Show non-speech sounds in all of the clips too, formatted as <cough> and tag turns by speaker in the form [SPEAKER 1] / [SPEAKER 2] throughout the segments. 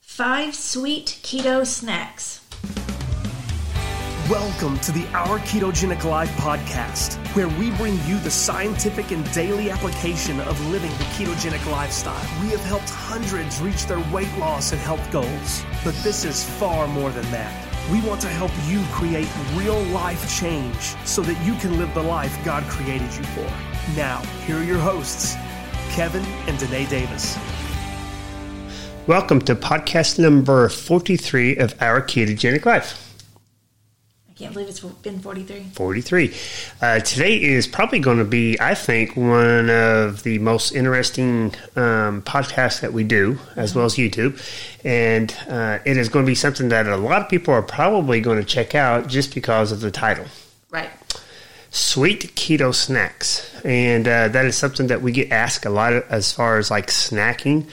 [SPEAKER 1] five sweet keto snacks.
[SPEAKER 2] Welcome to the Our Ketogenic Life podcast, where we bring you the scientific and daily application of living the ketogenic lifestyle. We have helped hundreds reach their weight loss and health goals, but this is far more than that. We want to help you create real life change so that you can live the life God created you for. Now, here are your hosts, Kevin and Danae Davis.
[SPEAKER 3] Welcome to podcast number 43 of Our Ketogenic Life.
[SPEAKER 1] I can't believe it's been 43.
[SPEAKER 3] 43. Uh, today is probably going to be, I think, one of the most interesting um, podcasts that we do, as well as YouTube. And uh, it is going to be something that a lot of people are probably going to check out just because of the title.
[SPEAKER 1] Right.
[SPEAKER 3] sweet keto snacks and uh, that is something that we get asked a lot as far as like snacking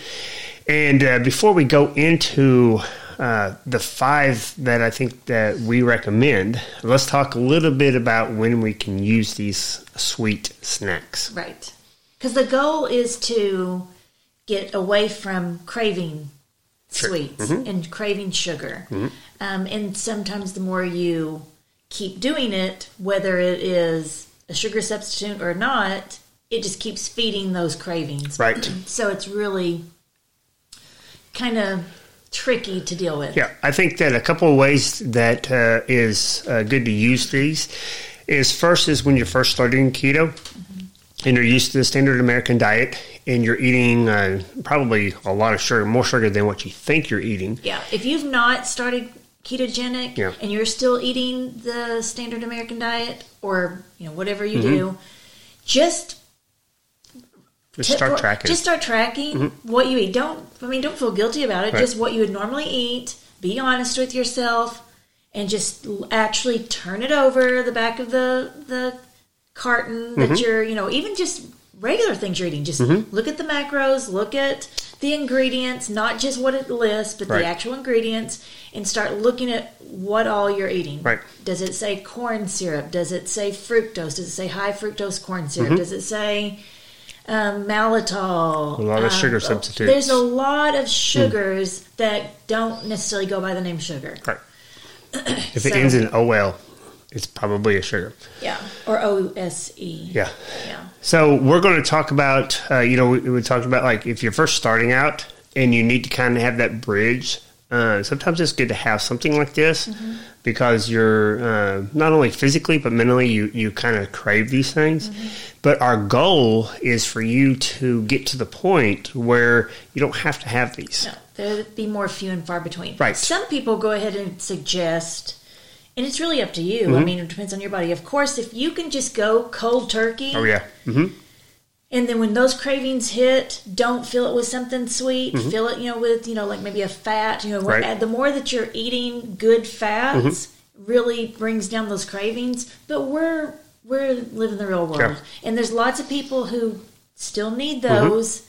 [SPEAKER 3] and uh, before we go into uh, the five that i think that we recommend let's talk a little bit about when we can use these sweet snacks
[SPEAKER 1] Right. Because the goal is to get away from craving sweets and craving sugar. Um, and sometimes the more you keep doing it, whether it is a sugar substitute or not, it just keeps feeding those cravings.
[SPEAKER 3] right
[SPEAKER 1] So it's really kind of tricky to deal with.
[SPEAKER 3] Yeah, I think that a couple of ways that uh, is uh, good to use these is first is when you're first starting keto and you're used to the standard American diet and you're eating uh, probably a lot of sugar, more sugar than what you think you're eating.
[SPEAKER 1] Yeah. If you've not started ketogenic
[SPEAKER 3] Yeah.
[SPEAKER 1] and you're still eating the standard American diet or you know whatever you do, just
[SPEAKER 3] Just
[SPEAKER 1] t-
[SPEAKER 3] start
[SPEAKER 1] or-
[SPEAKER 3] tracking.
[SPEAKER 1] Just start tracking what you eat. Don't I mean don't feel guilty about it.
[SPEAKER 3] Mm-hmm. Right.
[SPEAKER 1] Just what you would normally eat. Be honest with yourself and just l- actually turn it over the back of the the carton
[SPEAKER 3] Mm-hmm.
[SPEAKER 1] that you're, you know, even just regular things you're eating. Just look at the macros, look at the ingredients, not just what it lists, but
[SPEAKER 3] Right.
[SPEAKER 1] the actual ingredients, and start looking at what all you're eating.
[SPEAKER 3] Right.
[SPEAKER 1] Does it say corn syrup? Does it say fructose? Does it say high fructose corn syrup?
[SPEAKER 3] Mm-hmm.
[SPEAKER 1] Does it say um, malitol?
[SPEAKER 3] A lot of
[SPEAKER 1] Um,
[SPEAKER 3] sugar
[SPEAKER 1] oh,
[SPEAKER 3] substitutes. Hmm.
[SPEAKER 1] There's a lot of sugars that don't necessarily go by the name sugar.
[SPEAKER 3] Right. If it
[SPEAKER 1] So-
[SPEAKER 3] ends in OL, it's probably a sugar.
[SPEAKER 1] Yeah. Or OSE. Yeah.
[SPEAKER 3] Yeah. So we're going to talk about, uh, you know, we, we talked about like if you're first starting out and you need to kind of have that bridge. Uh, sometimes it's good to have something like this
[SPEAKER 1] Mm-hmm.
[SPEAKER 3] because you're uh, not only physically but mentally you, you kind of crave these things.
[SPEAKER 1] Mm-hmm.
[SPEAKER 3] But our goal is for you to get to the point where you don't have to have these.
[SPEAKER 1] No, there'd be more few and far between.
[SPEAKER 3] Right.
[SPEAKER 1] Some people go ahead and suggest, and it's really up to you.
[SPEAKER 3] Mm-hmm.
[SPEAKER 1] I mean, it depends on your body. Of course, if you can just go cold turkey,
[SPEAKER 3] Oh yeah, hmm
[SPEAKER 1] and then when those cravings hit, don't fill it with something sweet. Fill it, you know, with you know, like maybe a fat. You know,
[SPEAKER 3] Mm-hmm. Right. Mm-hmm.
[SPEAKER 1] and the more that you're eating good fats, really brings down those cravings. But we're we're living the real world,
[SPEAKER 3] Yeah. Mm-hmm.
[SPEAKER 1] and there's lots of people who still need those.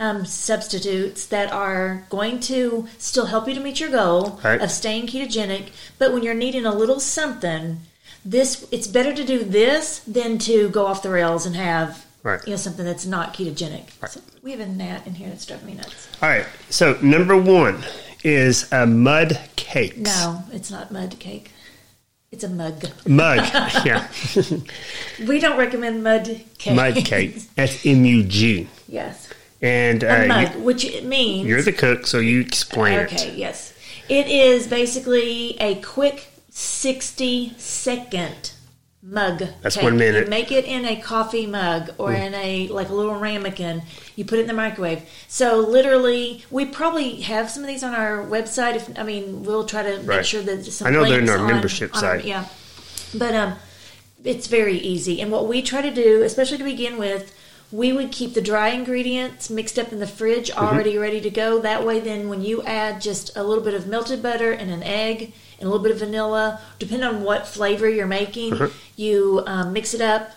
[SPEAKER 1] Um, substitutes that are going to still help you to meet your goal
[SPEAKER 3] Right.
[SPEAKER 1] of staying ketogenic, but when you're needing a little something, this it's better to do this than to go off the rails and have
[SPEAKER 3] Right.
[SPEAKER 1] you know something that's not ketogenic.
[SPEAKER 3] Right.
[SPEAKER 1] So we have a gnat in here that's driving me nuts.
[SPEAKER 3] All right. So number one is uh, mud cakes.
[SPEAKER 1] No, it's not mud cake. It's a mug.
[SPEAKER 3] Mug. <laughs>
[SPEAKER 1] <laughs>
[SPEAKER 3] yeah.
[SPEAKER 1] We don't recommend mud cake.
[SPEAKER 3] Mud cake. S M U G.
[SPEAKER 1] <laughs> yes,
[SPEAKER 3] And uh,
[SPEAKER 1] a mug,
[SPEAKER 3] you,
[SPEAKER 1] which it means
[SPEAKER 3] you're the cook, so you explain
[SPEAKER 1] okay.
[SPEAKER 3] it.
[SPEAKER 1] Yes, it is basically a quick sixty second mug.
[SPEAKER 3] That's
[SPEAKER 1] cake.
[SPEAKER 3] one minute. Mm.
[SPEAKER 1] You make it in a coffee mug or in a like a little ramekin. You put it in the microwave. So literally, we probably have some of these on our website. If I mean, we'll try to make
[SPEAKER 3] Right.
[SPEAKER 1] sure that some
[SPEAKER 3] I know they're in
[SPEAKER 1] links
[SPEAKER 3] our
[SPEAKER 1] on-
[SPEAKER 3] membership
[SPEAKER 1] on our-
[SPEAKER 3] site.
[SPEAKER 1] Yeah, but um, it's very easy. And what we try to do, especially to begin with, we would keep the dry ingredients mixed up in the fridge,
[SPEAKER 3] Mm-hmm.
[SPEAKER 1] already ready to go. That way, then when you add just a little bit of melted butter and an egg and a little bit of vanilla, depending on what flavor you're making,
[SPEAKER 3] Mm-hmm.
[SPEAKER 1] you um, mix it up,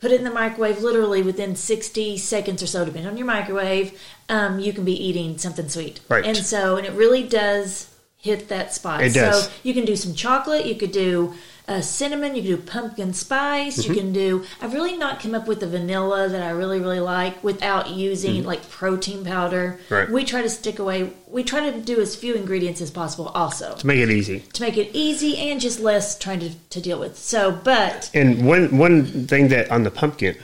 [SPEAKER 1] put it in the microwave. Literally within 60 seconds or so, depending on your microwave, um, you can be eating something sweet.
[SPEAKER 3] Right.
[SPEAKER 1] And so, and it really does hit that spot.
[SPEAKER 3] It does.
[SPEAKER 1] So you can do some chocolate. You could do uh, cinnamon. You can do pumpkin spice. You can do. I've really not come up with the vanilla that I really really like without using like protein powder.
[SPEAKER 3] Right.
[SPEAKER 1] We try to stick away. We try to do as few ingredients as possible. Also
[SPEAKER 3] to make it easy.
[SPEAKER 1] to make it easy and just less trying to, to deal with. So, but
[SPEAKER 3] And one one thing that on the pumpkin,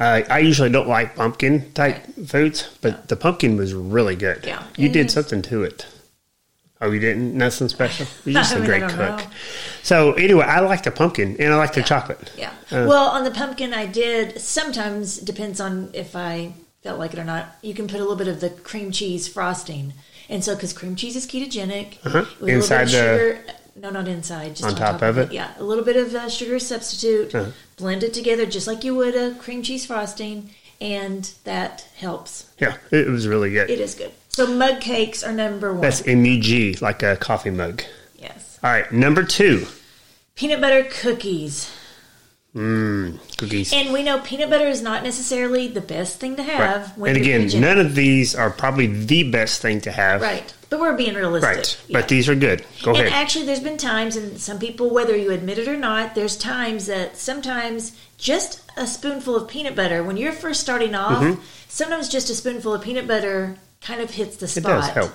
[SPEAKER 3] I I usually don't like pumpkin type foods, but the pumpkin was really good.
[SPEAKER 1] Yeah.
[SPEAKER 3] you did something to it. Oh, you didn't? Nothing
[SPEAKER 1] <laughs>
[SPEAKER 3] special. You're just
[SPEAKER 1] I
[SPEAKER 3] a
[SPEAKER 1] mean, I
[SPEAKER 3] great
[SPEAKER 1] don't
[SPEAKER 3] cook.
[SPEAKER 1] know.
[SPEAKER 3] So anyway, I like the pumpkin and I like the chocolate. Uh,
[SPEAKER 1] yeah. well, on the pumpkin, I did sometimes depends on if I felt like it or not. You can put a little bit of the cream cheese frosting, and so because cream cheese is ketogenic, with
[SPEAKER 3] Uh-huh. Inside
[SPEAKER 1] a little
[SPEAKER 3] the-
[SPEAKER 1] bit of sugar. No, not inside. Just
[SPEAKER 3] On
[SPEAKER 1] on,
[SPEAKER 3] top of it? Uh-huh.
[SPEAKER 1] Yeah, a little bit of uh, sugar substitute. Blend it together just like you would a cream cheese frosting, and that helps.
[SPEAKER 3] Yeah, it was really good.
[SPEAKER 1] It is good. So mug cakes are number one.
[SPEAKER 3] That's M U G, like a coffee mug.
[SPEAKER 1] yes.
[SPEAKER 3] All right, number two,
[SPEAKER 1] Peanut butter cookies.
[SPEAKER 3] Mmm, cookies.
[SPEAKER 1] And we know peanut butter is not necessarily the best thing to
[SPEAKER 3] Right.
[SPEAKER 1] have.
[SPEAKER 3] And
[SPEAKER 1] you're
[SPEAKER 3] again,
[SPEAKER 1] vegan.
[SPEAKER 3] none of these are probably the best thing to have.
[SPEAKER 1] Right. But we're being realistic.
[SPEAKER 3] Right.
[SPEAKER 1] Yeah.
[SPEAKER 3] But these are good. Go
[SPEAKER 1] and
[SPEAKER 3] ahead.
[SPEAKER 1] actually, there's been times, and some people, whether you admit it or not, there's times that sometimes just a spoonful of peanut butter, when you're first starting off,
[SPEAKER 3] Mm-hmm.
[SPEAKER 1] sometimes just a spoonful of peanut butter kind of hits the
[SPEAKER 3] It
[SPEAKER 1] spot.
[SPEAKER 3] does help.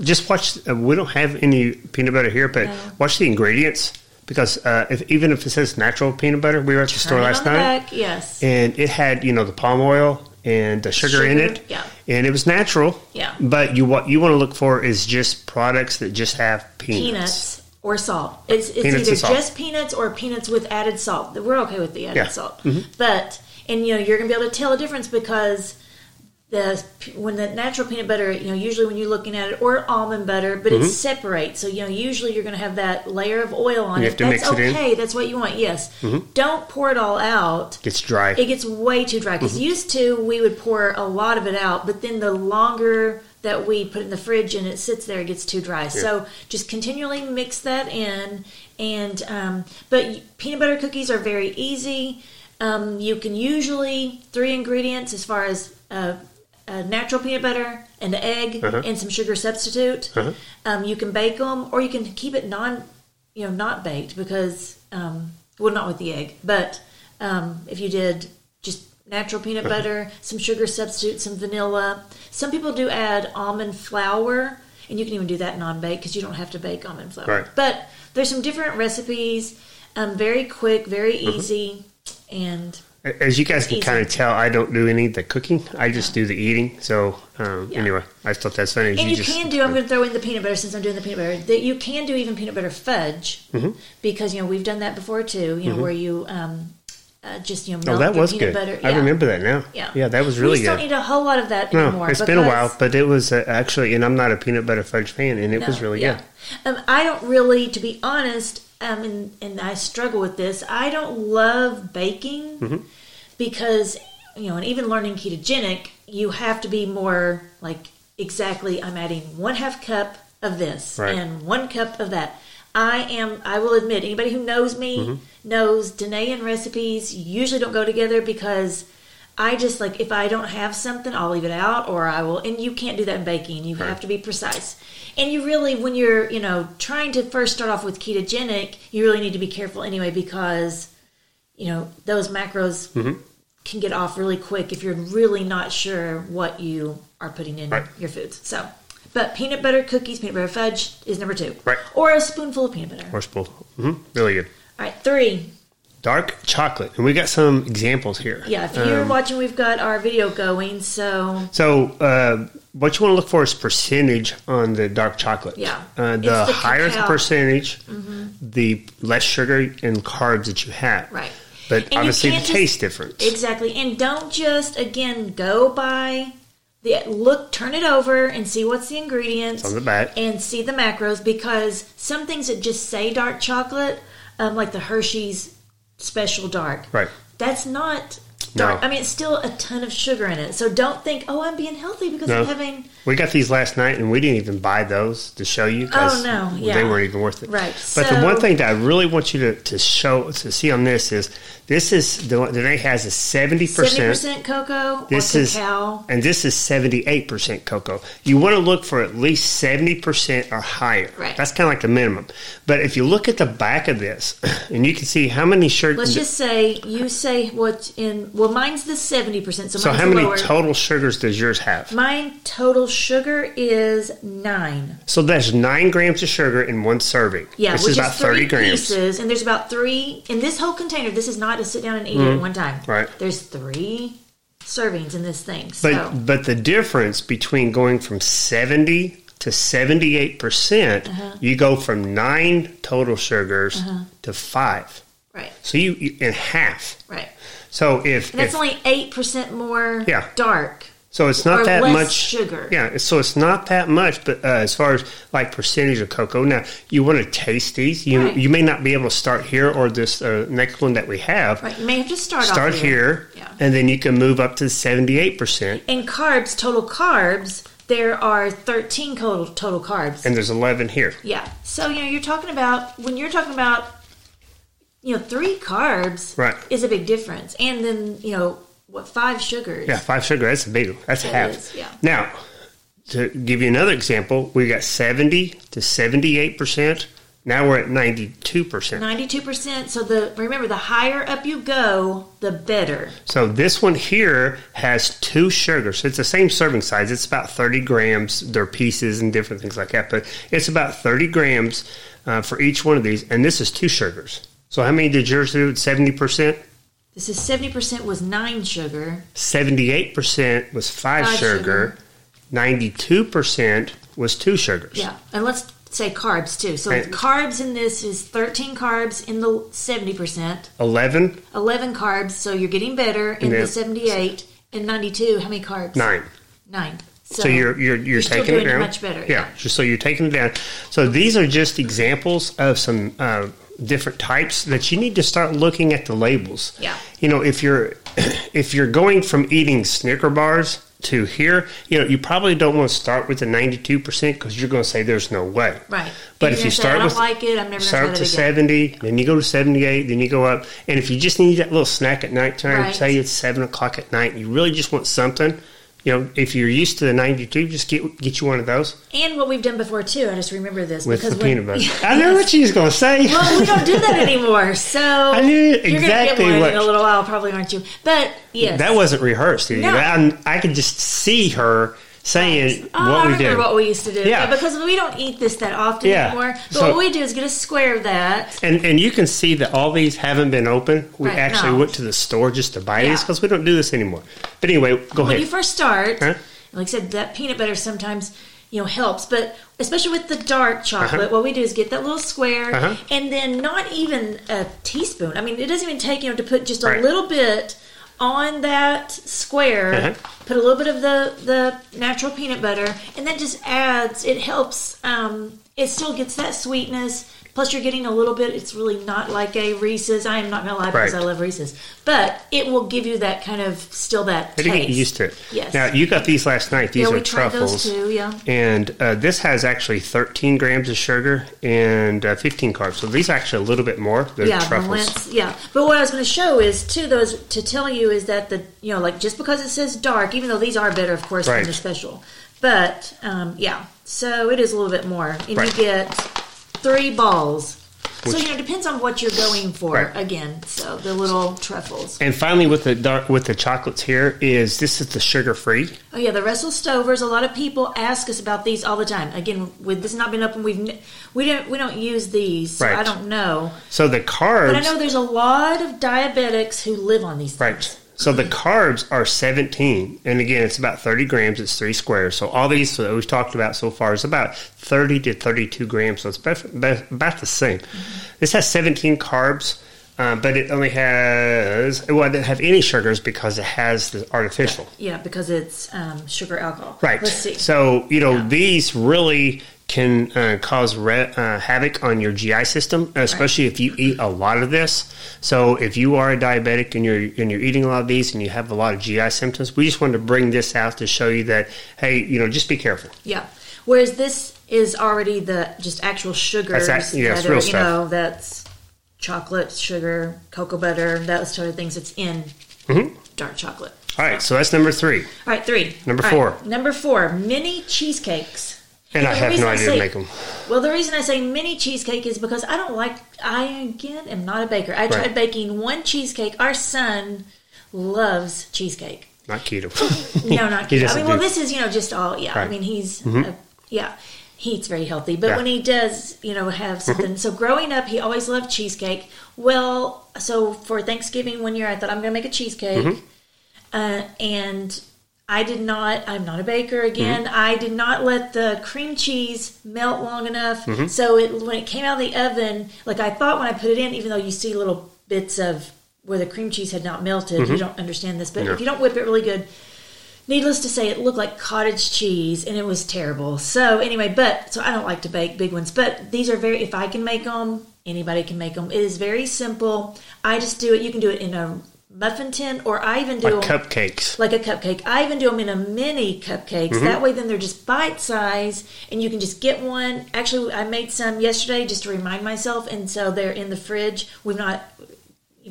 [SPEAKER 3] Just watch. Uh, we don't have any peanut butter here, but
[SPEAKER 1] No.
[SPEAKER 3] watch the ingredients because uh, if, even if it says natural peanut butter, we were at the
[SPEAKER 1] Turn
[SPEAKER 3] store
[SPEAKER 1] it
[SPEAKER 3] last
[SPEAKER 1] on the
[SPEAKER 3] night
[SPEAKER 1] back, Yes.
[SPEAKER 3] and it had you know the palm oil and the sugar, in
[SPEAKER 1] Sugar,
[SPEAKER 3] it,
[SPEAKER 1] yeah.
[SPEAKER 3] and it was natural.
[SPEAKER 1] Yeah.
[SPEAKER 3] But you what you want to look for is just products that just have peanuts.
[SPEAKER 1] peanuts or salt. It's, it's
[SPEAKER 3] Peanuts and
[SPEAKER 1] either
[SPEAKER 3] salt.
[SPEAKER 1] just peanuts or peanuts with added salt. We're okay with the added
[SPEAKER 3] Yeah. Mm-hmm.
[SPEAKER 1] salt, but and you know you're gonna be able to tell a difference because the when the natural peanut butter, you know, usually when you're looking at it or almond butter, but
[SPEAKER 3] Mm-hmm.
[SPEAKER 1] it separates. So you know, usually you're gonna have that layer of oil on
[SPEAKER 3] You
[SPEAKER 1] it.
[SPEAKER 3] have to
[SPEAKER 1] That's
[SPEAKER 3] mix it in. Mm-hmm.
[SPEAKER 1] okay. That's what you want. Yes, don't pour it all out
[SPEAKER 3] Gets dry.
[SPEAKER 1] it gets way too dry because used to we would pour a lot of it out but then the longer that we put it in the fridge and it sits there it gets too dry so just continually mix that in and um, but peanut butter cookies are very easy um, you can usually three ingredients as far as uh, uh, natural peanut butter an egg and some sugar substitute um, you can bake them or you can keep it non you know not baked because um, well not with the egg but um, if you did just natural peanut butter some sugar substitute some vanilla some people do add almond flour and you can even do that non-bake because you don't have to bake almond flour
[SPEAKER 3] Right.
[SPEAKER 1] but there's some different recipes um, very quick very
[SPEAKER 3] Mm-hmm.
[SPEAKER 1] easy and
[SPEAKER 3] As you guys can
[SPEAKER 1] easy.
[SPEAKER 3] kind of tell, I don't do any of the cooking. I just do the eating. So um,
[SPEAKER 1] Yeah.
[SPEAKER 3] anyway, I just thought that's funny.
[SPEAKER 1] And you,
[SPEAKER 3] just-
[SPEAKER 1] can do. I'm going to throw in the peanut butter since I'm doing the peanut butter. That you can do even peanut butter fudge
[SPEAKER 3] Mm-hmm.
[SPEAKER 1] because you know we've done that before too. You know where you um, uh, just you know
[SPEAKER 3] Oh,
[SPEAKER 1] melt
[SPEAKER 3] that
[SPEAKER 1] the
[SPEAKER 3] was
[SPEAKER 1] peanut
[SPEAKER 3] good.
[SPEAKER 1] butter.
[SPEAKER 3] I
[SPEAKER 1] Yeah.
[SPEAKER 3] remember that now.
[SPEAKER 1] Yeah,
[SPEAKER 3] yeah, that was really
[SPEAKER 1] We
[SPEAKER 3] good.
[SPEAKER 1] just don't need a whole lot of that
[SPEAKER 3] No,
[SPEAKER 1] anymore.
[SPEAKER 3] it's been a while,
[SPEAKER 1] because-
[SPEAKER 3] but it was uh, actually, and I'm not a peanut butter fudge fan, and it was
[SPEAKER 1] No,
[SPEAKER 3] really
[SPEAKER 1] yeah.
[SPEAKER 3] good.
[SPEAKER 1] Um, I don't really, to be honest, um, and, and I struggle with this. I don't love baking
[SPEAKER 3] Mm-hmm.
[SPEAKER 1] because you know, and even learning ketogenic, you have to be more like exactly. I'm adding one half cup of this
[SPEAKER 3] Right.
[SPEAKER 1] and one cup of that. I am. I will admit, anybody who knows me knows Danaean recipes usually don't go together because. I just like if I don't have something, I'll leave it out, or I will. And you can't do that in baking. You have to be precise. And you really, when you're, you know, trying to first start off with ketogenic, you really need to be careful anyway because, you know, those macros
[SPEAKER 3] Mm-hmm.
[SPEAKER 1] can get off really quick if you're really not sure what you are putting in
[SPEAKER 3] Right.
[SPEAKER 1] your foods. So, but peanut butter cookies, peanut butter fudge is number two,
[SPEAKER 3] Right.
[SPEAKER 1] Or a spoonful of peanut butter.
[SPEAKER 3] Horse bull. hmm Really good.
[SPEAKER 1] All right, three.
[SPEAKER 3] Dark chocolate. And we got some examples here. Uh,
[SPEAKER 1] Yeah, if you're
[SPEAKER 3] Um,
[SPEAKER 1] watching, we've got our video going. So
[SPEAKER 3] So, uh, what you want to look for is percentage on the dark chocolate.
[SPEAKER 1] Yeah.
[SPEAKER 3] Uh,
[SPEAKER 1] It's
[SPEAKER 3] the,
[SPEAKER 1] the
[SPEAKER 3] higher the
[SPEAKER 1] cacao. Mm-hmm.
[SPEAKER 3] percentage, the less sugar and carbs that you have.
[SPEAKER 1] Right.
[SPEAKER 3] But
[SPEAKER 1] you
[SPEAKER 3] obviously, the
[SPEAKER 1] can't just-
[SPEAKER 3] taste difference.
[SPEAKER 1] Exactly. And don't just again go by the look, turn it over and see what's the ingredients
[SPEAKER 3] It's on the back.
[SPEAKER 1] and see the macros because some things that just say dark chocolate, um, like the Hershey's special dark,
[SPEAKER 3] Right.
[SPEAKER 1] That's not dark. I mean, it's still a ton of sugar in it. So don't think, oh, I'm being healthy because
[SPEAKER 3] No.
[SPEAKER 1] I'm having.
[SPEAKER 3] We got these last night, and we didn't even buy those to show you
[SPEAKER 1] Oh, no,
[SPEAKER 3] they
[SPEAKER 1] yeah.
[SPEAKER 3] weren't even worth it.
[SPEAKER 1] Right,
[SPEAKER 3] But the
[SPEAKER 1] so-
[SPEAKER 3] one thing that I really want you to, to show to see on this is this is the one today has a seventy
[SPEAKER 1] Seventy
[SPEAKER 3] percent.
[SPEAKER 1] percent cocoa
[SPEAKER 3] This
[SPEAKER 1] or
[SPEAKER 3] is
[SPEAKER 1] cacao.
[SPEAKER 3] and this is seventy eight percent cocoa. You want to look for at least seventy percent or higher.
[SPEAKER 1] Right.
[SPEAKER 3] That's kind of like the minimum. But if you look at the back of this, <clears throat> and you can see how many sugar.
[SPEAKER 1] Let's just say you say what's in. Well, mine's the seventy percent. So,
[SPEAKER 3] so
[SPEAKER 1] mine's
[SPEAKER 3] how many
[SPEAKER 1] lower.
[SPEAKER 3] total sugars does yours have?
[SPEAKER 1] Mine total sugar is nine.
[SPEAKER 3] So that's nine grams of sugar in one serving.
[SPEAKER 1] Yeah,
[SPEAKER 3] which,
[SPEAKER 1] which
[SPEAKER 3] is about
[SPEAKER 1] three
[SPEAKER 3] thirty grams.
[SPEAKER 1] pieces, and there's about three in this whole container. This is not a sit down and eat it at one time.
[SPEAKER 3] Mm-hmm. Right.
[SPEAKER 1] There's three servings in this thing. So
[SPEAKER 3] But but the difference between going from seventy to seventy eight percent,
[SPEAKER 1] Uh-huh.
[SPEAKER 3] you go from nine total sugars to five.
[SPEAKER 1] right,
[SPEAKER 3] So you, you in half.
[SPEAKER 1] right.
[SPEAKER 3] So if,
[SPEAKER 1] And that's
[SPEAKER 3] if-
[SPEAKER 1] only eight percent more
[SPEAKER 3] Yeah.
[SPEAKER 1] dark.
[SPEAKER 3] so, it's not
[SPEAKER 1] or
[SPEAKER 3] that
[SPEAKER 1] less
[SPEAKER 3] much
[SPEAKER 1] sugar.
[SPEAKER 3] Yeah, so it's not that much. But uh, as far as like percentage of cocoa, now you want to taste these. You
[SPEAKER 1] Right.
[SPEAKER 3] you may not be able to start here or this uh, next one that we have.
[SPEAKER 1] Right. You may have to start off
[SPEAKER 3] Start here,
[SPEAKER 1] here. Yeah.
[SPEAKER 3] and then you can move up to seventy eight percent.
[SPEAKER 1] In carbs, total carbs, there are thirteen total total carbs.
[SPEAKER 3] And there's eleven here.
[SPEAKER 1] yeah. So you know you're talking about when you're talking about you know three carbs
[SPEAKER 3] Right.
[SPEAKER 1] is a big difference, and then you know what five sugars.
[SPEAKER 3] Yeah, five sugar. That's a big. one. That's
[SPEAKER 1] That
[SPEAKER 3] half.
[SPEAKER 1] is, yeah.
[SPEAKER 3] Now, to give you another example, we got seventy to seventy-eight percent. Now we're at ninety-two percent.
[SPEAKER 1] Ninety-two percent. So the remember the higher up you go, the better.
[SPEAKER 3] So this one here has two sugars. It's the same serving size. It's about thirty grams. They're pieces and different things like that. But it's about thirty grams uh, for each one of these. And this is two sugars. So how many did yours do? Seventy percent.
[SPEAKER 1] This is seventy percent was nine sugar.
[SPEAKER 3] Seventy-eight percent was five,
[SPEAKER 1] Five sugar.
[SPEAKER 3] sugar. Ninety-two percent was two sugars.
[SPEAKER 1] Yeah, and let's say carbs too. So
[SPEAKER 3] Right.
[SPEAKER 1] the carbs in this is thirteen carbs in the seventy percent,
[SPEAKER 3] Eleven.
[SPEAKER 1] eleven carbs. So you're getting better in
[SPEAKER 3] Yeah.
[SPEAKER 1] the seventy-eight and ninety-two. How many carbs?
[SPEAKER 3] Nine.
[SPEAKER 1] Nine. So,
[SPEAKER 3] So, you're you're you're,
[SPEAKER 1] still
[SPEAKER 3] taking it
[SPEAKER 1] doing it
[SPEAKER 3] down.
[SPEAKER 1] much better,
[SPEAKER 3] Yeah. Just so you're taking it down. So these are just examples of some uh, different types that you need to start looking at the labels.
[SPEAKER 1] Yeah.
[SPEAKER 3] You know, if you're <clears throat> if you're going from eating Snicker bars to here, you know, you probably don't want to start with the ninety two percent because you're going to say there's no way.
[SPEAKER 1] right. You're
[SPEAKER 3] But if
[SPEAKER 1] gonna
[SPEAKER 3] you
[SPEAKER 1] say,
[SPEAKER 3] start
[SPEAKER 1] I don't
[SPEAKER 3] with
[SPEAKER 1] like it. I'm never
[SPEAKER 3] Start
[SPEAKER 1] going
[SPEAKER 3] up
[SPEAKER 1] to
[SPEAKER 3] to
[SPEAKER 1] say it again.
[SPEAKER 3] 70, then you go to 78, then you go up. And if you just need that little snack at nighttime,
[SPEAKER 1] Right.
[SPEAKER 3] say it's 7 o'clock at night, and you really just want something, you know, if you're used to the 92, just get get you one of those
[SPEAKER 1] And what we've done before too. I just remember this
[SPEAKER 3] with
[SPEAKER 1] because
[SPEAKER 3] the
[SPEAKER 1] when-
[SPEAKER 3] peanut
[SPEAKER 1] <laughs>
[SPEAKER 3] butter. I know what she was going to say.
[SPEAKER 1] Well, we
[SPEAKER 3] <laughs>
[SPEAKER 1] don't do that anymore. So I
[SPEAKER 3] knew
[SPEAKER 1] you're gonna get
[SPEAKER 3] exactly
[SPEAKER 1] one
[SPEAKER 3] what-
[SPEAKER 1] in a little while, probably, aren't you? But yes,
[SPEAKER 3] That wasn't rehearsed. either.
[SPEAKER 1] No.
[SPEAKER 3] I, I could just see her saying
[SPEAKER 1] Oh,
[SPEAKER 3] what
[SPEAKER 1] I
[SPEAKER 3] we
[SPEAKER 1] remember
[SPEAKER 3] did.
[SPEAKER 1] what we used to do.
[SPEAKER 3] Yeah.
[SPEAKER 1] Yeah. because we don't eat this that often
[SPEAKER 3] Yeah.
[SPEAKER 1] anymore. But
[SPEAKER 3] So-
[SPEAKER 1] what we do is get a square of that.
[SPEAKER 3] And and you can see that all these haven't been open. We
[SPEAKER 1] Right,
[SPEAKER 3] actually
[SPEAKER 1] no.
[SPEAKER 3] went to the store just to buy
[SPEAKER 1] Yeah.
[SPEAKER 3] these because we don't do this anymore. But anyway, go
[SPEAKER 1] When you
[SPEAKER 3] ahead.
[SPEAKER 1] first start,
[SPEAKER 3] Huh?
[SPEAKER 1] like I said, that peanut butter sometimes you know helps, but especially with the dark chocolate, what we do is get that little square,
[SPEAKER 3] Uh-huh.
[SPEAKER 1] and then not even a teaspoon. I mean, it doesn't even take you know to put just a
[SPEAKER 3] Right.
[SPEAKER 1] little bit on that square.
[SPEAKER 3] Uh-huh.
[SPEAKER 1] Put a little bit of the the natural peanut butter, and that just adds. It helps. Um, it still gets that sweetness. Plus, you're getting a little bit. It's really not like a Reese's. I am not gonna lie because
[SPEAKER 3] Right.
[SPEAKER 1] I love Reese's, but it will give you that kind of still that
[SPEAKER 3] But you get
[SPEAKER 1] taste.
[SPEAKER 3] used to it.
[SPEAKER 1] Yes.
[SPEAKER 3] Now you got these last night. These
[SPEAKER 1] yeah,
[SPEAKER 3] are
[SPEAKER 1] we tried those
[SPEAKER 3] truffles.
[SPEAKER 1] too. Yeah.
[SPEAKER 3] And uh, this has actually 13 grams of sugar and uh, 15 carbs. So these are actually a little bit more. They're
[SPEAKER 1] Yeah, the
[SPEAKER 3] truffles.
[SPEAKER 1] lens- yeah. But what I was going to show is too those to tell you is that the you know like just because it says dark, even though these are better, of course,
[SPEAKER 3] Right.
[SPEAKER 1] than the special. But um, yeah, so it is a little bit more, and
[SPEAKER 3] Right.
[SPEAKER 1] you get three balls. so
[SPEAKER 3] Which-
[SPEAKER 1] you know, it depends on what you're going for.
[SPEAKER 3] Right.
[SPEAKER 1] Again, so the little truffles.
[SPEAKER 3] And finally, with the dark, with the chocolates here is this is the sugar free.
[SPEAKER 1] Oh yeah, the Russell Stovers. A lot of people ask us about these all the time. Again, with this not been up, and we've n- we don't we don't use these. So I
[SPEAKER 3] Right.
[SPEAKER 1] don't know.
[SPEAKER 3] So the carbs,
[SPEAKER 1] But I know there's a lot of diabetics who live on these things.
[SPEAKER 3] right? So the carbs are 17, and again, it's about 30 grams. It's three squares. So all these that we've talked about so far is about 30 to 32 grams. So it's about, about- about the same. This has 17 carbs. Uh, but it only has well, it doesn't have any sugars because it has the artificial.
[SPEAKER 1] Yeah, because it's um, sugar alcohol.
[SPEAKER 3] Right.
[SPEAKER 1] Let's see.
[SPEAKER 3] So, you know,
[SPEAKER 1] Yeah.
[SPEAKER 3] these really can uh, cause re- uh, havoc on your GI system, especially if you eat a lot of this. So, if you are a diabetic and you're and you're eating a lot of these and you have a lot of GI symptoms, we just wanted to bring this out to show you that hey, you know, just be careful.
[SPEAKER 1] Yeah. Whereas this is already the just actual sugars.
[SPEAKER 3] That's ac- yeah, it's
[SPEAKER 1] that are,
[SPEAKER 3] real
[SPEAKER 1] you
[SPEAKER 3] stuff.
[SPEAKER 1] know, that's chocolate, sugar, cocoa butter, those sort of things. It's in
[SPEAKER 3] Mm-hmm.
[SPEAKER 1] dark chocolate.
[SPEAKER 3] All right, so that's number three,
[SPEAKER 1] All right, three.
[SPEAKER 3] Number
[SPEAKER 1] All right,
[SPEAKER 3] four.
[SPEAKER 1] Number four, mini cheesecakes.
[SPEAKER 3] and I
[SPEAKER 1] the
[SPEAKER 3] have
[SPEAKER 1] reason
[SPEAKER 3] no
[SPEAKER 1] I
[SPEAKER 3] idea to
[SPEAKER 1] say-
[SPEAKER 3] make them.
[SPEAKER 1] Well, the reason I say mini cheesecake is because I don't like. I again am not a baker. I tried baking one cheesecake. Our son loves cheesecake.
[SPEAKER 3] Not keto. <laughs>
[SPEAKER 1] No, not
[SPEAKER 3] He
[SPEAKER 1] keto. I
[SPEAKER 3] doesn't
[SPEAKER 1] mean, well,
[SPEAKER 3] do-
[SPEAKER 1] this is you know just all yeah. I
[SPEAKER 3] Right. Mm-hmm.
[SPEAKER 1] mean, he's uh, yeah, he eats very healthy, but
[SPEAKER 3] Yeah. Mm-hmm.
[SPEAKER 1] when he does, you know, have something. So growing up, he always loved cheesecake. Well, so for Thanksgiving one year, I thought I'm going to make a cheesecake,
[SPEAKER 3] Mm-hmm.
[SPEAKER 1] uh, and I did not. I'm not a baker
[SPEAKER 3] Mm-hmm.
[SPEAKER 1] again. I did not let the cream cheese melt long enough.
[SPEAKER 3] Mm-hmm.
[SPEAKER 1] So it when it came out of the oven, like I thought when I put it in, even though you see little bits of where the cream cheese had not melted,
[SPEAKER 3] Mm-hmm.
[SPEAKER 1] you don't understand this. But if you don't whip it really good, needless to say, it looked like cottage cheese and it was terrible. So anyway, but so I don't like to bake big ones, but these are very. If I can make them, anybody can make them. It is very simple. I just do it. You can do it in a muffin tin, or I even do
[SPEAKER 3] like
[SPEAKER 1] 'em-
[SPEAKER 3] cupcakes.
[SPEAKER 1] like a cupcake. I even do them in a mini cupcakes. That way, then they're just bite size, and you can just get one. Actually, I made some yesterday just to remind myself, and so they're in the fridge. We've not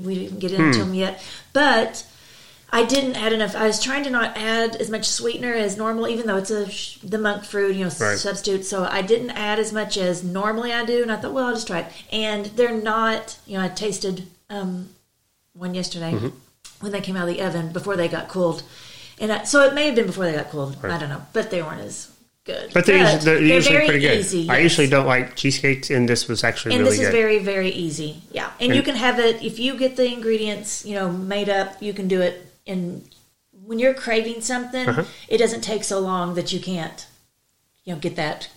[SPEAKER 1] we didn't get into them yet, but I didn't add enough. I was trying to not add as much sweetener as normal, even though it's a sh- the monk fruit, you know, s-
[SPEAKER 3] Right.
[SPEAKER 1] substitute. So I didn't add as much as normally I do, and I thought, well, I'll just try it. And they're not, you know, I tasted um, one yesterday when they came out of the oven before they got cooled, and I, so it may have been before they got cooled. I don't know, but they weren't as good.
[SPEAKER 3] But they're, usually, they're
[SPEAKER 1] they're
[SPEAKER 3] usually
[SPEAKER 1] very
[SPEAKER 3] pretty good.
[SPEAKER 1] easy,
[SPEAKER 3] I
[SPEAKER 1] yes.
[SPEAKER 3] usually don't like cheesecakes, and this was actually
[SPEAKER 1] And
[SPEAKER 3] really
[SPEAKER 1] this is
[SPEAKER 3] good.
[SPEAKER 1] very, very easy. Yeah. And, you can have it if you get the ingredients, you know, made up, you can do it in when you're craving something,
[SPEAKER 3] Uh-huh.
[SPEAKER 1] it doesn't take so long that you can't, you know, get that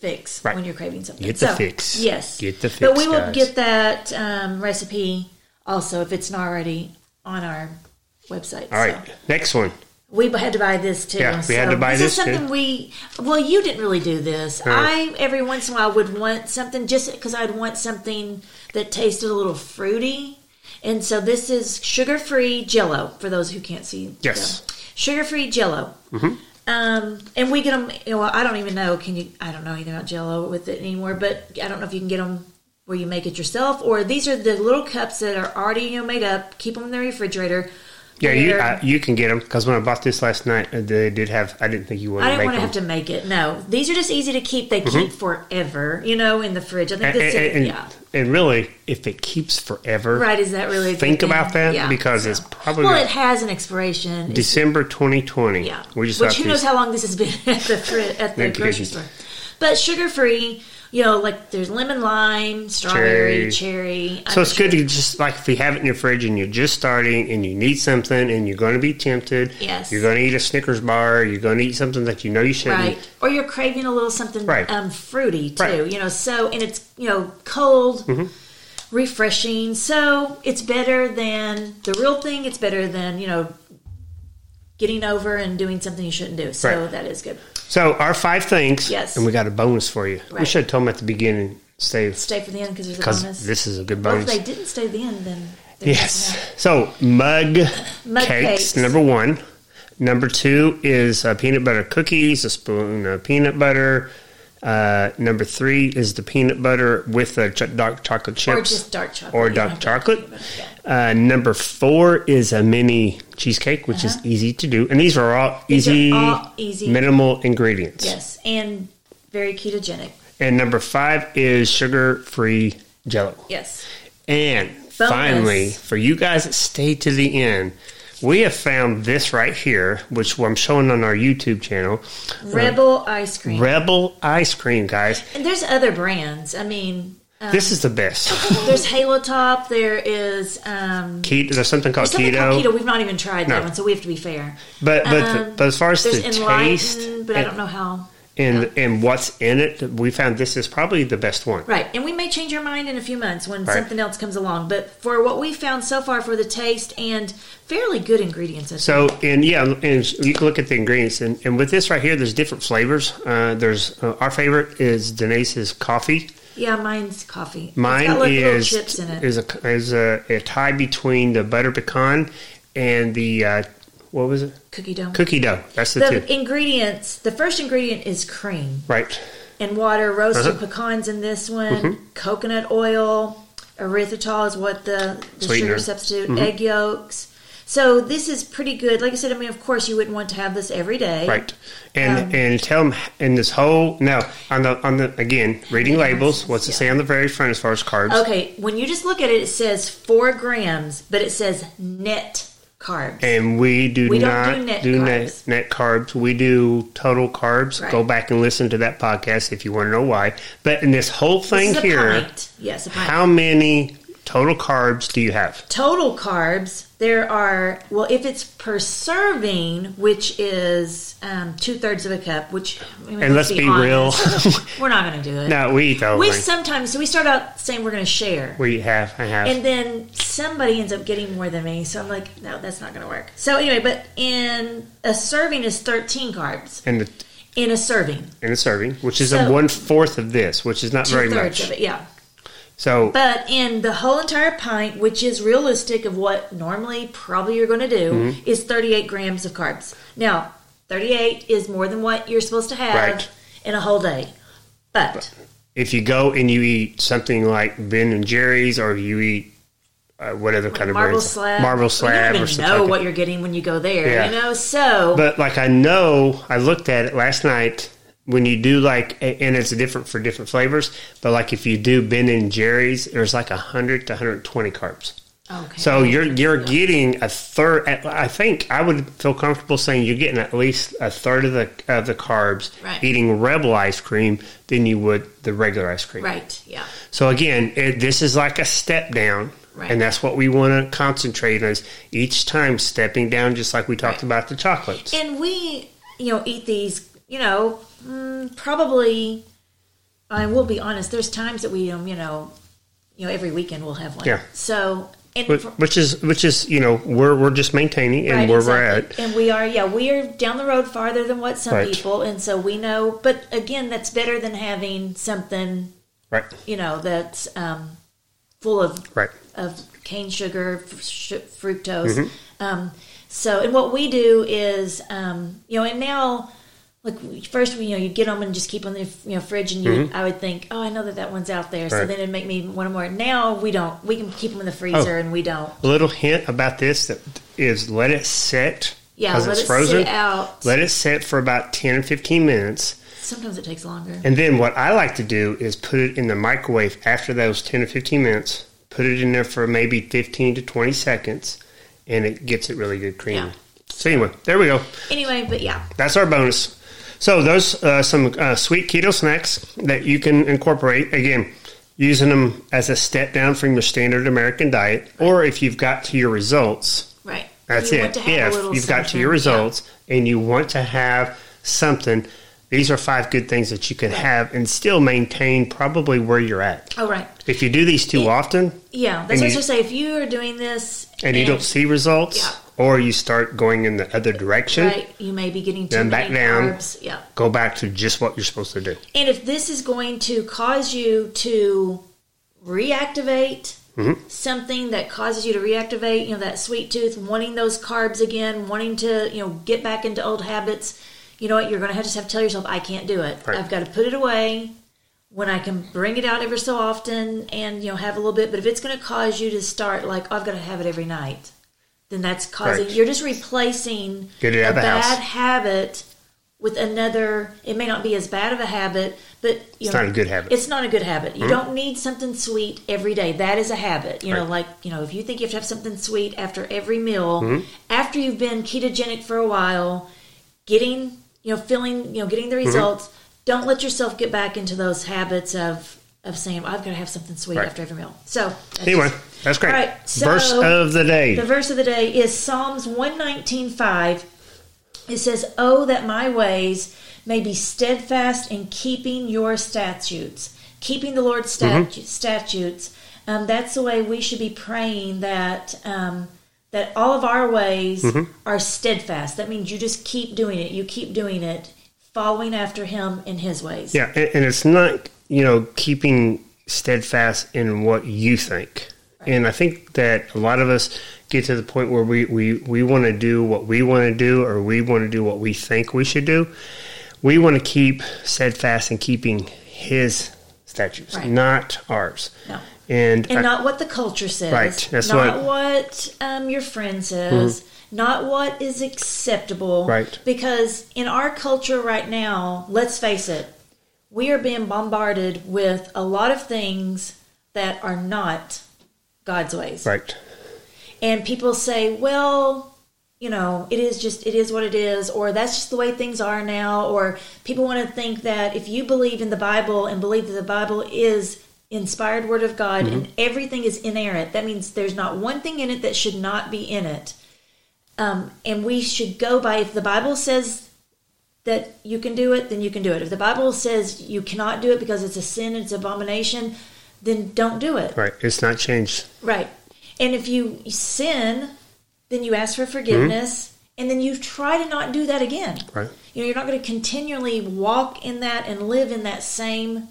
[SPEAKER 1] fix
[SPEAKER 3] Right.
[SPEAKER 1] when you're craving something.
[SPEAKER 3] Get the
[SPEAKER 1] So,
[SPEAKER 3] fix.
[SPEAKER 1] Yes.
[SPEAKER 3] Get the
[SPEAKER 1] But
[SPEAKER 3] fix,
[SPEAKER 1] we will
[SPEAKER 3] guys.
[SPEAKER 1] get that um, recipe also if it's not already on our website.
[SPEAKER 3] All right,
[SPEAKER 1] So.
[SPEAKER 3] next one.
[SPEAKER 1] We had to buy this too.
[SPEAKER 3] Yeah, we had
[SPEAKER 1] so
[SPEAKER 3] to buy
[SPEAKER 1] this. is
[SPEAKER 3] this, too. Uh,
[SPEAKER 1] something we. Well, you didn't really do this. I every once in a while would want something just because I'd want something that tasted a little fruity, and so this is sugar-free Jello for those who can't see.
[SPEAKER 3] Yes.
[SPEAKER 1] Jell-O. sugar-free Jello. Mm-hmm. Um, and we get them. Well, I don't even know. Can you? I don't know anything about Jello with it anymore. But I don't know if you can get them where you make it yourself, or these are the little cups that are already you know made up. Keep them in the refrigerator.
[SPEAKER 3] Yeah, you
[SPEAKER 1] They're-
[SPEAKER 3] I, you can get them because when I bought this last night, uh, they did have. I didn't think you wanted
[SPEAKER 1] I
[SPEAKER 3] to
[SPEAKER 1] didn't
[SPEAKER 3] make
[SPEAKER 1] want to
[SPEAKER 3] them.
[SPEAKER 1] have to make it. No, these are just easy to keep. They keep forever, you know, in the fridge. I think
[SPEAKER 3] and,
[SPEAKER 1] this is,
[SPEAKER 3] and-
[SPEAKER 1] yeah.
[SPEAKER 3] and really, if it keeps forever,
[SPEAKER 1] Right? Is that really? a good
[SPEAKER 3] think
[SPEAKER 1] thing?
[SPEAKER 3] about that
[SPEAKER 1] Yeah.
[SPEAKER 3] because it's probably
[SPEAKER 1] well, it has an expiration. It's-
[SPEAKER 3] December 2020.
[SPEAKER 1] yeah,
[SPEAKER 3] we just
[SPEAKER 1] which
[SPEAKER 3] thought
[SPEAKER 1] who knows
[SPEAKER 3] these-
[SPEAKER 1] how long this has been <laughs> at the fri- at the
[SPEAKER 3] Empty
[SPEAKER 1] grocery
[SPEAKER 3] dishes.
[SPEAKER 1] store. But sugar free, you know, like there's lemon lime, strawberry,
[SPEAKER 3] Cherry.
[SPEAKER 1] cherry.
[SPEAKER 3] So it's good to just like if you have it in your fridge and you're just starting and you need something and you're going to be tempted.
[SPEAKER 1] Yes.
[SPEAKER 3] You're going to eat a Snickers bar. You're going to eat something that you know you shouldn't.
[SPEAKER 1] Right. Or you're craving a little something
[SPEAKER 3] Right.
[SPEAKER 1] um, fruity too,
[SPEAKER 3] Right. Mm-hmm.
[SPEAKER 1] you know. So and it's you know cold, refreshing. So it's better than the real thing. It's better than you know getting over and doing something you shouldn't do. So
[SPEAKER 3] Right.
[SPEAKER 1] that is good.
[SPEAKER 3] So our five things.
[SPEAKER 1] Yes.
[SPEAKER 3] And we got a bonus for you. We
[SPEAKER 1] Right.
[SPEAKER 3] should have told them at the beginning. Stay
[SPEAKER 1] Stay for the end because there's a bonus.
[SPEAKER 3] because this is a good
[SPEAKER 1] well, if
[SPEAKER 3] bonus.
[SPEAKER 1] they didn't stay to the end, then there's
[SPEAKER 3] Yes.
[SPEAKER 1] no-
[SPEAKER 3] So mug,
[SPEAKER 1] Mug
[SPEAKER 3] cakes,
[SPEAKER 1] cakes.
[SPEAKER 3] number one. Number two is uh, peanut butter cookies, a spoon of peanut butter. Uh, number three is the peanut butter with the ch- dark chocolate chips
[SPEAKER 1] Or just dark chocolate.
[SPEAKER 3] or
[SPEAKER 1] You don't
[SPEAKER 3] dark
[SPEAKER 1] have to
[SPEAKER 3] chocolate.
[SPEAKER 1] think about it. Yeah.
[SPEAKER 3] Uh, number four is a mini cheesecake, which is easy to do, and these are all
[SPEAKER 1] Uh-huh. These are
[SPEAKER 3] easy,
[SPEAKER 1] all easy.
[SPEAKER 3] minimal ingredients.
[SPEAKER 1] Yes, and very ketogenic.
[SPEAKER 3] And number five is sugar-free Jello.
[SPEAKER 1] Yes.
[SPEAKER 3] And finally,
[SPEAKER 1] Bonus.
[SPEAKER 3] for you guys that stayed to the end, we have found this right here, which I'm showing on our YouTube channel. Uh,
[SPEAKER 1] Rebel ice cream.
[SPEAKER 3] Rebel ice cream, guys.
[SPEAKER 1] and there's other brands. I mean,
[SPEAKER 3] this is the best.
[SPEAKER 1] <laughs> There's Halo Top. There is um,
[SPEAKER 3] Keto, there's something called
[SPEAKER 1] something
[SPEAKER 3] keto,
[SPEAKER 1] called keto. We've not even tried
[SPEAKER 3] No.
[SPEAKER 1] that one, so we have to be fair.
[SPEAKER 3] but but,
[SPEAKER 1] Um,
[SPEAKER 3] but as far as the
[SPEAKER 1] There's
[SPEAKER 3] taste,
[SPEAKER 1] Enlighten, but I
[SPEAKER 3] and-
[SPEAKER 1] don't know how.
[SPEAKER 3] and and what's in it. We found this is probably the best one.
[SPEAKER 1] Right, and we may change our mind in a few months when
[SPEAKER 3] Right.
[SPEAKER 1] something else comes along. But for what we found so far, for the taste and fairly good ingredients, I
[SPEAKER 3] So and yeah, and you can look at the ingredients and, and with this right here, there's different flavors. Uh, there's uh, our favorite is Denise's coffee.
[SPEAKER 1] think. yeah, mine's coffee. It's
[SPEAKER 3] Mine
[SPEAKER 1] got little,
[SPEAKER 3] is
[SPEAKER 1] little chips in it.
[SPEAKER 3] is a is a, a tie between the butter pecan and the uh, what was it
[SPEAKER 1] cookie dough.
[SPEAKER 3] cookie dough. That's the,
[SPEAKER 1] the
[SPEAKER 3] two,
[SPEAKER 1] ingredients. The first ingredient is cream
[SPEAKER 3] right?
[SPEAKER 1] and water, roasted
[SPEAKER 3] Uh-huh. Mm-hmm.
[SPEAKER 1] pecans in this one, coconut oil, erythritol is what the, the
[SPEAKER 3] Sweetener. Mm-hmm.
[SPEAKER 1] sugar substitute, egg yolks. So this is pretty good. Like I said, I mean, of course, you wouldn't want to have this every day.
[SPEAKER 3] Right, and
[SPEAKER 1] Um,
[SPEAKER 3] and tell them in this whole now on the on the again reading labels. What's it say on the very front as far as carbs?
[SPEAKER 1] Okay, when you just look at it, it says four grams, but it says net carbs.
[SPEAKER 3] And we do
[SPEAKER 1] We don't
[SPEAKER 3] not
[SPEAKER 1] do
[SPEAKER 3] do,
[SPEAKER 1] net
[SPEAKER 3] net,
[SPEAKER 1] carbs.
[SPEAKER 3] net carbs. We do total carbs.
[SPEAKER 1] Right.
[SPEAKER 3] Go back and listen to that podcast if you want to know why. But in this whole
[SPEAKER 1] This
[SPEAKER 3] thing
[SPEAKER 1] is a
[SPEAKER 3] here,
[SPEAKER 1] pint. Yes, a pint.
[SPEAKER 3] how many total carbs do you have?
[SPEAKER 1] Total carbs, there are, well, if it's per serving, which is um, two thirds of a cup, which, I mean,
[SPEAKER 3] And let's be, real.
[SPEAKER 1] honest, <laughs> we're not going to do it.
[SPEAKER 3] <laughs> no, we eat the whole
[SPEAKER 1] We
[SPEAKER 3] thing.
[SPEAKER 1] sometimes, so we start out saying we're going to share.
[SPEAKER 3] We have, I have.
[SPEAKER 1] And then somebody ends up getting more than me, so I'm like, no, that's not going to work. So anyway, but in a serving is 13 carbs
[SPEAKER 3] and the
[SPEAKER 1] in a serving,
[SPEAKER 3] and the serving, which is
[SPEAKER 1] So-
[SPEAKER 3] a one fourth of this, which is not
[SPEAKER 1] two
[SPEAKER 3] very
[SPEAKER 1] thirds of
[SPEAKER 3] much.
[SPEAKER 1] it, yeah.
[SPEAKER 3] So
[SPEAKER 1] But in the whole entire pint, which is realistic of what normally probably you're going to do,
[SPEAKER 3] Mm-hmm.
[SPEAKER 1] is 38 grams of carbs. Now, 38 is more than what you're supposed to have
[SPEAKER 3] Right.
[SPEAKER 1] in a whole day. But,
[SPEAKER 3] if you go and you eat something like Ben and Jerry's, or you eat uh, what other kind of
[SPEAKER 1] marble
[SPEAKER 3] brands?
[SPEAKER 1] slab,
[SPEAKER 3] marble slab,
[SPEAKER 1] you
[SPEAKER 3] or
[SPEAKER 1] don't even
[SPEAKER 3] something.
[SPEAKER 1] know
[SPEAKER 3] like
[SPEAKER 1] what you're getting when you go there.
[SPEAKER 3] Yeah.
[SPEAKER 1] You know, so
[SPEAKER 3] But like I know, I looked at it last night. When you do like, a- and it's different for different flavors, but like if you do Ben and Jerry's, there's like hundred to hundred twenty carbs.
[SPEAKER 1] okay,
[SPEAKER 3] So you're you're getting a third. I think I would feel comfortable saying you're getting at least a third of the of the carbs
[SPEAKER 1] Right.
[SPEAKER 3] eating Rebel ice cream than you would the regular ice cream.
[SPEAKER 1] right, yeah,
[SPEAKER 3] So again, it, this is like a step down,
[SPEAKER 1] Right.
[SPEAKER 3] and that's what we want to concentrate on. Is each time stepping down, just like we talked
[SPEAKER 1] Right.
[SPEAKER 3] about the chocolates.
[SPEAKER 1] and we you know eat these you know mm, probably. I will be honest. There's times that we um you know you know every weekend we'll have one.
[SPEAKER 3] Yeah.
[SPEAKER 1] So and
[SPEAKER 3] Which,
[SPEAKER 1] for-
[SPEAKER 3] which is which is you know we're we're just maintaining and
[SPEAKER 1] Right,
[SPEAKER 3] where
[SPEAKER 1] exactly. And we are, yeah, we are down the road farther than what some
[SPEAKER 3] Right.
[SPEAKER 1] people, and so we know. But again, that's better than having something,
[SPEAKER 3] we're at. Right,
[SPEAKER 1] you know, that's um, full of
[SPEAKER 3] right.
[SPEAKER 1] of cane sugar, fr- sh- fructose.
[SPEAKER 3] Mm-hmm.
[SPEAKER 1] Um, so, and what we do is, um, you know, and now, like we- first, we you know, you get them and just keep them in the you know fridge, and you, I would think, oh, I know that that one's out there, so
[SPEAKER 3] Mm-hmm. Right. Oh.
[SPEAKER 1] then it'd make me want more. Now we don't. We can keep them in the freezer, and we don't.
[SPEAKER 3] A little hint about this that is let it set
[SPEAKER 1] Yeah,
[SPEAKER 3] because
[SPEAKER 1] let
[SPEAKER 3] it's
[SPEAKER 1] it
[SPEAKER 3] frozen.
[SPEAKER 1] sit out.
[SPEAKER 3] Let it sit for about ten or fifteen minutes,
[SPEAKER 1] Sometimes it takes longer.
[SPEAKER 3] and then what I like to do is put it in the microwave after those ten or fifteen minutes. Put it in there for maybe fifteen to twenty seconds, and it gets it really good creamy.
[SPEAKER 1] Yeah.
[SPEAKER 3] So anyway, there we go.
[SPEAKER 1] Anyway, but yeah.
[SPEAKER 3] That's our bonus. So those uh, some uh, sweet keto snacks that you can incorporate again, using them as a step down from your standard American diet, or if you've got to your results.
[SPEAKER 1] Right.
[SPEAKER 3] That's
[SPEAKER 1] You want
[SPEAKER 3] it.
[SPEAKER 1] to have a
[SPEAKER 3] If
[SPEAKER 1] little
[SPEAKER 3] you've got to your
[SPEAKER 1] something. Yeah.
[SPEAKER 3] results and you want to have something, these are five good things that you can have and still maintain probably where you're at.
[SPEAKER 1] Oh, right.
[SPEAKER 3] If you do these too
[SPEAKER 1] Yeah.
[SPEAKER 3] often
[SPEAKER 1] Yeah. That's what
[SPEAKER 3] And
[SPEAKER 1] I was
[SPEAKER 3] you-
[SPEAKER 1] going to say. If you are doing this
[SPEAKER 3] and you don't see results,
[SPEAKER 1] Yeah.
[SPEAKER 3] or you start going in the other direction,
[SPEAKER 1] right, you may be getting too
[SPEAKER 3] Then
[SPEAKER 1] many
[SPEAKER 3] back down.
[SPEAKER 1] carbs. Yeah.
[SPEAKER 3] go back to just what you're supposed to do.
[SPEAKER 1] And if this is going to cause you to reactivate
[SPEAKER 3] Mm-hmm.
[SPEAKER 1] something that causes you to reactivate, you know, that sweet tooth, wanting those carbs again, wanting to, you know, get back into old habits, you know what? You're going to have to have to tell yourself, I can't do it.
[SPEAKER 3] Right.
[SPEAKER 1] I've got to put it away when I can bring it out ever so often and, you know, have a little bit. But if it's going to cause you to start, like, I've got to have it every night, then that's causing,
[SPEAKER 3] Right.
[SPEAKER 1] you're just replacing
[SPEAKER 3] Get it
[SPEAKER 1] a
[SPEAKER 3] out of the
[SPEAKER 1] bad
[SPEAKER 3] house.
[SPEAKER 1] habit with another it may not be as bad of a habit but you
[SPEAKER 3] It's
[SPEAKER 1] know
[SPEAKER 3] not a good habit. Mm-hmm.
[SPEAKER 1] it's not a good habit you don't need something sweet every day that is a habit you know
[SPEAKER 3] Right. Mm-hmm.
[SPEAKER 1] like you know if you think you have to have something sweet after every meal after you've been ketogenic for a while getting you know feeling you know getting
[SPEAKER 3] Mm-hmm.
[SPEAKER 1] the results don't let yourself get back into those habits of of saying i've got to have something sweet
[SPEAKER 3] Right.
[SPEAKER 1] after every meal so that's
[SPEAKER 3] Anyway,
[SPEAKER 1] just-
[SPEAKER 3] that's great.
[SPEAKER 1] All right, so-
[SPEAKER 3] Verse of the day.
[SPEAKER 1] the verse of the day is Psalms 119.5. It says, Oh, that my ways may be steadfast in keeping your statutes, keeping the Lord's statu- statutes. Um, that's the way we should be praying that um, that all of our ways are steadfast. That means you just keep doing it. You keep doing it, following after Him in His ways.
[SPEAKER 3] Yeah, and, and it's not you know keeping steadfast in what you think, and I think that a lot of us get to the point where we we we want to do what we want to do, or we want to do what we think we should do. We want to keep steadfast in keeping His statutes,
[SPEAKER 1] Right.
[SPEAKER 3] not ours.
[SPEAKER 1] No.
[SPEAKER 3] And,
[SPEAKER 1] and
[SPEAKER 3] I-
[SPEAKER 1] not what the culture says.
[SPEAKER 3] Right, that's
[SPEAKER 1] not
[SPEAKER 3] what-
[SPEAKER 1] what,
[SPEAKER 3] Mm-hmm.
[SPEAKER 1] um, your friend says. Not what is acceptable.
[SPEAKER 3] Right.
[SPEAKER 1] Because in our culture right now, let's face it, we are being bombarded with a lot of things that are not God's ways.
[SPEAKER 3] right,
[SPEAKER 1] And people say, well, you know, it is just, it is what it is, or that's just the way things are now, or people want to think that if you believe in the Bible and believe that the Bible is inspired word of God and everything is inerrant, that means there's not one thing in it that should not be in it. Um, and we should go by if the Bible says that you can do it, then you can do it. If the Bible says you cannot do it because it's a sin, it's abomination, then don't do it.
[SPEAKER 3] right. It's not changed.
[SPEAKER 1] Right. And if you sin, then you ask for forgiveness and then you try to not do that again.
[SPEAKER 3] Hmm? Right.
[SPEAKER 1] You know, you're not going to continually walk in that and live in that same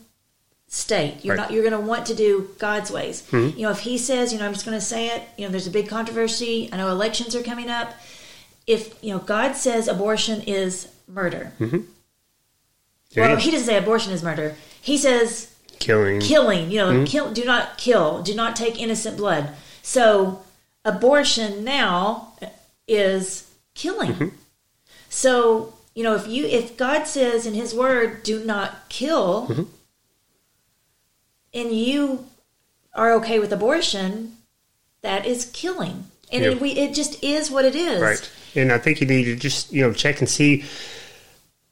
[SPEAKER 1] state. You're
[SPEAKER 3] Right. Hmm?
[SPEAKER 1] not you're going to want to do God's ways. You know, if he says, you know, I'm just going to say it, you know, there's a big controversy. I know elections are coming up. If, you know, God says abortion is murder.
[SPEAKER 3] Hmm. Yeah,
[SPEAKER 1] Well, he doesn't say abortion is murder. He says
[SPEAKER 3] killing.
[SPEAKER 1] killing you know
[SPEAKER 3] Mm-hmm.
[SPEAKER 1] kill do not kill do not take innocent blood so abortion now is killing
[SPEAKER 3] Mm-hmm.
[SPEAKER 1] so you know if you if god says in his word do not kill
[SPEAKER 3] Mm-hmm.
[SPEAKER 1] and you are okay with abortion that is killing and
[SPEAKER 3] Yeah.
[SPEAKER 1] it, we, it just is what it is
[SPEAKER 3] Right. And I think you need to just, you know, check and see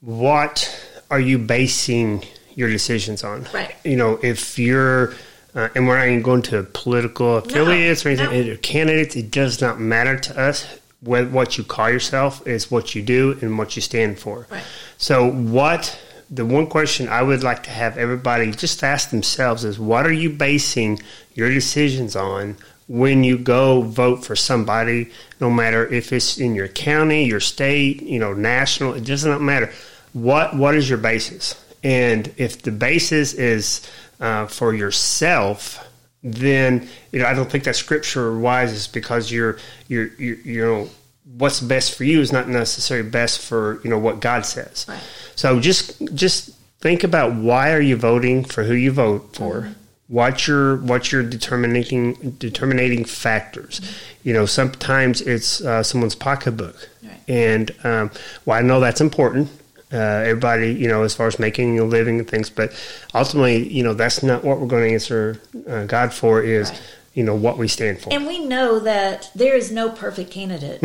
[SPEAKER 3] what are you basing your decisions on.
[SPEAKER 1] Right.
[SPEAKER 3] You know, if you're, uh, and we're not even going to political affiliates or anything,
[SPEAKER 1] no.
[SPEAKER 3] or candidates, it does not matter to us. Whether what you call yourself is what you do and what you stand for.
[SPEAKER 1] Right.
[SPEAKER 3] So, what the one question I would like to have everybody just ask themselves is what are you basing your decisions on when you go vote for somebody, no matter if it's in your county, your state, you know, national, it does not matter. What what is your basis? And if the basis is uh, for yourself, then you know I don't think that scripture wise is because you're you're, you're you know what's best for you is not necessarily best for you know what God says.
[SPEAKER 1] Right.
[SPEAKER 3] So just just think about why are you voting for who you vote for.
[SPEAKER 1] Mm-hmm.
[SPEAKER 3] What's your what's your determining determinating factors? You know, sometimes it's uh, someone's pocketbook,
[SPEAKER 1] Mm-hmm. Right.
[SPEAKER 3] and um, well, I know that's important. Uh, everybody, you know, as far as making a living and things, but ultimately, you know, that's not what we're going to answer uh, God for. Is
[SPEAKER 1] Right.
[SPEAKER 3] you know what we stand for,
[SPEAKER 1] and we know that there is no perfect candidate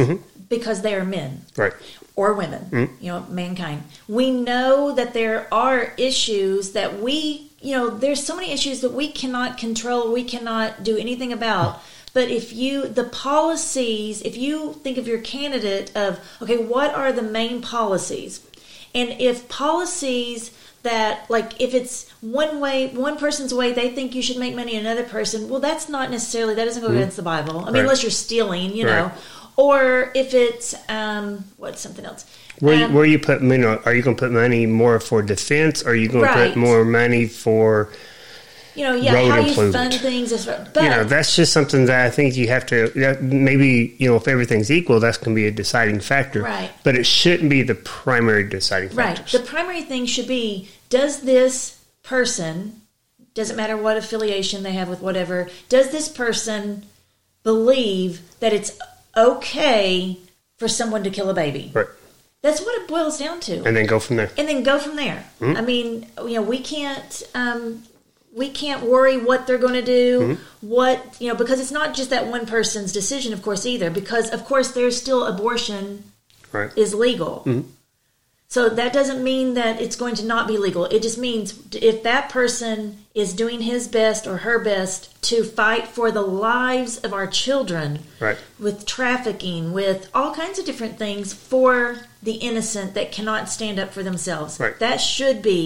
[SPEAKER 1] because they are men
[SPEAKER 3] Mm-hmm. right?
[SPEAKER 1] or women, you know, mankind. We know that there are issues that we, you know, there's so many issues that we cannot control, we cannot do anything about. But if you, the policies, if you think of your candidate of, okay, what are the main policies? And if policies that, like, if it's one way, one person's way, they think you should make money, another person, well, that's not necessarily, that doesn't go against the Bible. I mean,
[SPEAKER 3] Right.
[SPEAKER 1] unless you're stealing, you
[SPEAKER 3] Right.
[SPEAKER 1] know, or if it's um, what's something else.
[SPEAKER 3] Where
[SPEAKER 1] Um,
[SPEAKER 3] you, where you put you know, are you going to put money more for defense? Or are you going to
[SPEAKER 1] Right.
[SPEAKER 3] put more money for
[SPEAKER 1] you know, yeah,
[SPEAKER 3] road
[SPEAKER 1] how you
[SPEAKER 3] improvement.
[SPEAKER 1] fund things. Is, but
[SPEAKER 3] you know? That's just something that I think you have to that maybe you know if everything's equal, that's going to be a deciding factor,
[SPEAKER 1] Right.
[SPEAKER 3] But it shouldn't be the primary deciding
[SPEAKER 1] right,
[SPEAKER 3] factors.
[SPEAKER 1] the primary thing should be: does this person, doesn't matter what affiliation they have with whatever, does this person believe that it's okay for someone to kill a baby?
[SPEAKER 3] right,
[SPEAKER 1] That's what it boils down to.
[SPEAKER 3] and then go from there.
[SPEAKER 1] and then go from there. I mean, you know, we can't um, we can't worry what they're going to do, what you know, because it's not just that one person's decision, of course, either. Because of course, there's still abortion
[SPEAKER 3] Right,
[SPEAKER 1] is legal. So that doesn't mean that it's going to not be legal. It just means if that person is doing his best or her best to fight for the lives of our children
[SPEAKER 3] Right.
[SPEAKER 1] with trafficking, with all kinds of different things for the innocent that cannot stand up for themselves.
[SPEAKER 3] Right.
[SPEAKER 1] That should be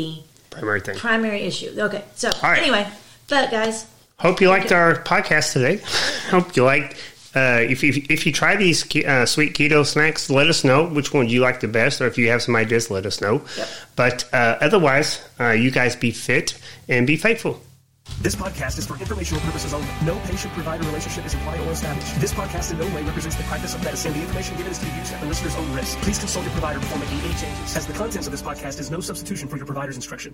[SPEAKER 3] Primary thing.
[SPEAKER 1] primary issue. Okay. So
[SPEAKER 3] right.
[SPEAKER 1] anyway, but guys,
[SPEAKER 3] Hope you liked our podcast today. Hope you liked. Uh, if, if, if you try these ke- uh, sweet keto snacks, let us know which ones you like the best, or if you have some ideas, let us know.
[SPEAKER 1] Yep.
[SPEAKER 3] But uh, otherwise, uh, you guys be fit and be faithful.
[SPEAKER 2] This podcast is for informational purposes only. No patient provider relationship is implied or established. This podcast in no way represents the practice of medicine. The information given is to be used at the listener's own risk. Please consult your provider before making any changes, as the contents of this podcast is no substitution for your provider's instruction.